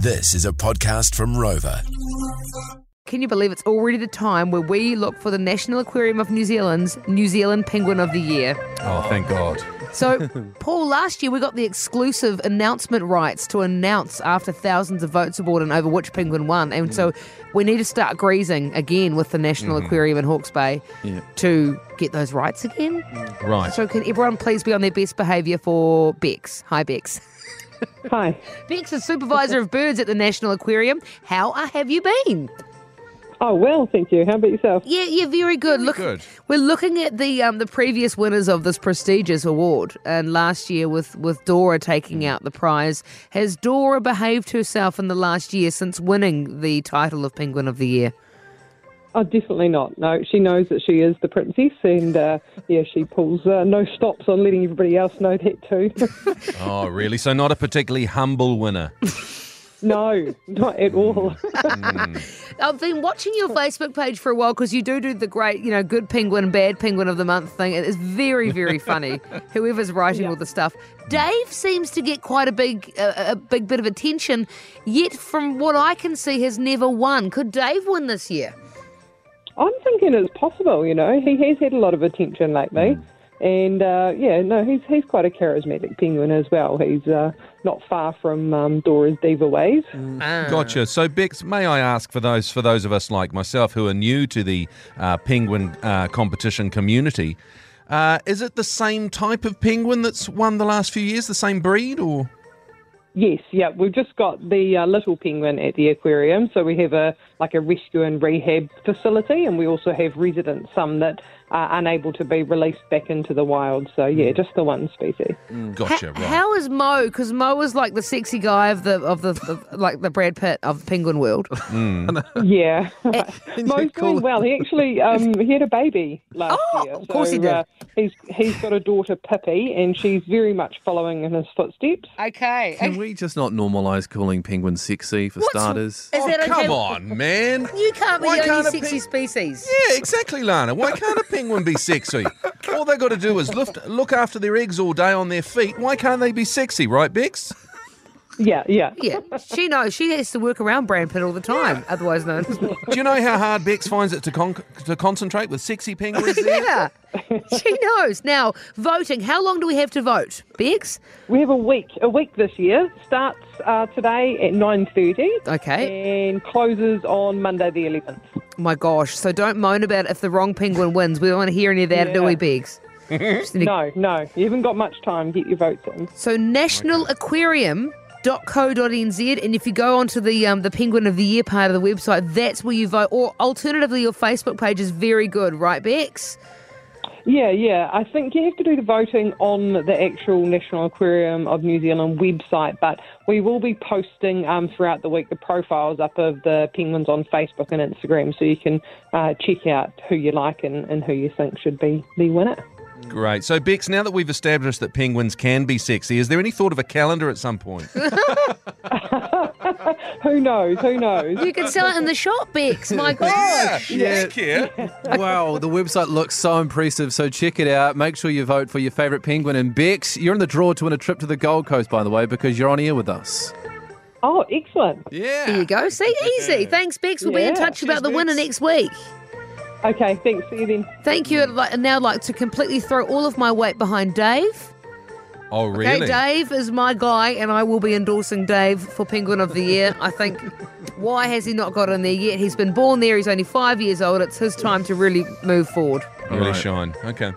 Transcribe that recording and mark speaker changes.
Speaker 1: This is a podcast from Rover.
Speaker 2: Can you believe it's already the time where we look for the National Aquarium of New Zealand's New Zealand Penguin of the Year?
Speaker 3: Oh, thank God.
Speaker 2: So, Paul, last year we got the exclusive announcement rights to announce after thousands of votes aboard and over which penguin won. And so we need to start greasing again with the National Aquarium in Hawke's Bay to get those rights again.
Speaker 3: Right.
Speaker 2: So, can everyone please be on their best behaviour for Bex? Hi, Bex.
Speaker 4: Hi.
Speaker 2: Bex is supervisor of birds at the National Aquarium. How uh, have you been?
Speaker 4: Oh, well, thank you. How about yourself?
Speaker 2: Yeah, yeah, very good. Look,
Speaker 3: good.
Speaker 2: we're looking at the um, the previous winners of this prestigious award, and last year with with Dora taking out the prize. Has Dora behaved herself in the last year since winning the title of Penguin of the Year?
Speaker 4: Oh, definitely not. No, she knows that she is the princess, and uh, yeah, she pulls uh, no stops on letting everybody else know that too.
Speaker 3: Oh, really? So, not a particularly humble winner.
Speaker 4: no, not at all.
Speaker 2: I've been watching your Facebook page for a while because you do do the great, you know, good penguin, bad penguin of the month thing. It is very, very funny. Whoever's writing all the stuff, Dave seems to get quite a big, a, a big bit of attention. Yet, from what I can see, has never won. Could Dave win this year?
Speaker 4: I'm thinking it's possible. You know, he has had a lot of attention lately, and uh, yeah, no, he's he's quite a charismatic penguin as well. He's uh, not far from um, Dora's diva ways.
Speaker 3: Gotcha. So, Bex, may I ask for those for those of us like myself who are new to the uh, penguin uh, competition community, uh, is it the same type of penguin that's won the last few years? The same breed, or
Speaker 4: Yes, yeah, we've just got the uh, little penguin at the aquarium, so we have a like a rescue and rehab facility, and we also have residents, some that are unable to be released back into the wild. So yeah, just the one species.
Speaker 3: gotcha?
Speaker 2: Ha-
Speaker 3: right.
Speaker 2: How is Mo? Because Mo is like the sexy guy of the of the of, like the Brad Pitt of the penguin world.
Speaker 4: Yeah,
Speaker 2: Eh,
Speaker 4: Mo's doing well. He actually um, he had a baby last
Speaker 2: Oh,
Speaker 4: year.
Speaker 2: of course
Speaker 4: so,
Speaker 2: he did.
Speaker 4: Uh, he's he's got a daughter Pippi, and she's very much following in his footsteps.
Speaker 2: Okay,
Speaker 5: Can we just not normalise calling penguins sexy for starters?
Speaker 2: is
Speaker 3: Oh,
Speaker 2: that okay?
Speaker 3: come on, man.
Speaker 2: You can't be
Speaker 3: Why
Speaker 2: the
Speaker 3: can't
Speaker 2: only
Speaker 3: a
Speaker 2: sexy
Speaker 3: pig-
Speaker 2: species.
Speaker 3: Yeah, exactly, Lana. Why can't a penguin be sexy? All they got to do is lift, look after their eggs all day on their feet. Why can't they be sexy, right, Bex?
Speaker 4: Yeah, yeah.
Speaker 2: Yeah, she knows. She has to work around Brad Pitt all the time, otherwise known as Mo.
Speaker 3: Do you know how hard Bex finds it to con- to concentrate with sexy penguins? There?
Speaker 2: Yeah, she knows. Now, voting. How long do we have to vote, Bex?
Speaker 4: We have a week a week this year. Starts uh, today at nine thirty.
Speaker 2: Okay.
Speaker 4: And closes on Monday the 11th.
Speaker 2: My gosh. So don't moan about it if the wrong penguin wins. We don't want to hear any of that, do we,
Speaker 4: Yeah.
Speaker 2: Bex? Just need to-
Speaker 4: No, no, you haven't got much time. Get your votes in.
Speaker 2: So nationalaquarium.co.nz and if you go onto the um, the penguin of the year part of the website that's where you vote or alternatively your facebook page is very good right bex
Speaker 4: Yeah, yeah. I think you have to do the voting on the actual National Aquarium of New Zealand website, but we will be posting um, throughout the week the profiles up of the penguins on Facebook and Instagram, so you can uh, check out who you like and, and who you think should be the winner.
Speaker 3: Great. So, Bex, now that we've established that penguins can be sexy, is there any thought of a calendar at some point?
Speaker 4: Who knows? Who knows?
Speaker 2: you can sell it in the shop bex my gosh
Speaker 3: Heck yeah.
Speaker 5: wow, the website looks so impressive. So check it out. Make sure you vote for your favourite penguin. And Bex, you're in the draw to win a trip to the Gold Coast, by the way, because you're on air with us.
Speaker 4: Oh, excellent.
Speaker 2: there
Speaker 3: Yeah.
Speaker 2: you go see easy thanks bex we'll be in
Speaker 4: Yeah.
Speaker 2: touch about the
Speaker 3: Cheers,
Speaker 2: winner next
Speaker 3: Bex.
Speaker 2: week
Speaker 4: Okay, thanks. See you then.
Speaker 2: thank you i'd li- I'd now like to completely throw all of my weight behind dave
Speaker 3: Oh,
Speaker 2: Okay,
Speaker 3: really?
Speaker 2: Dave is my guy, and I will be endorsing Dave for Penguin of the Year. I think, why has he not got in there yet? He's been born there, he's only five years old. It's his time to really move forward.
Speaker 3: Really shine. Okay.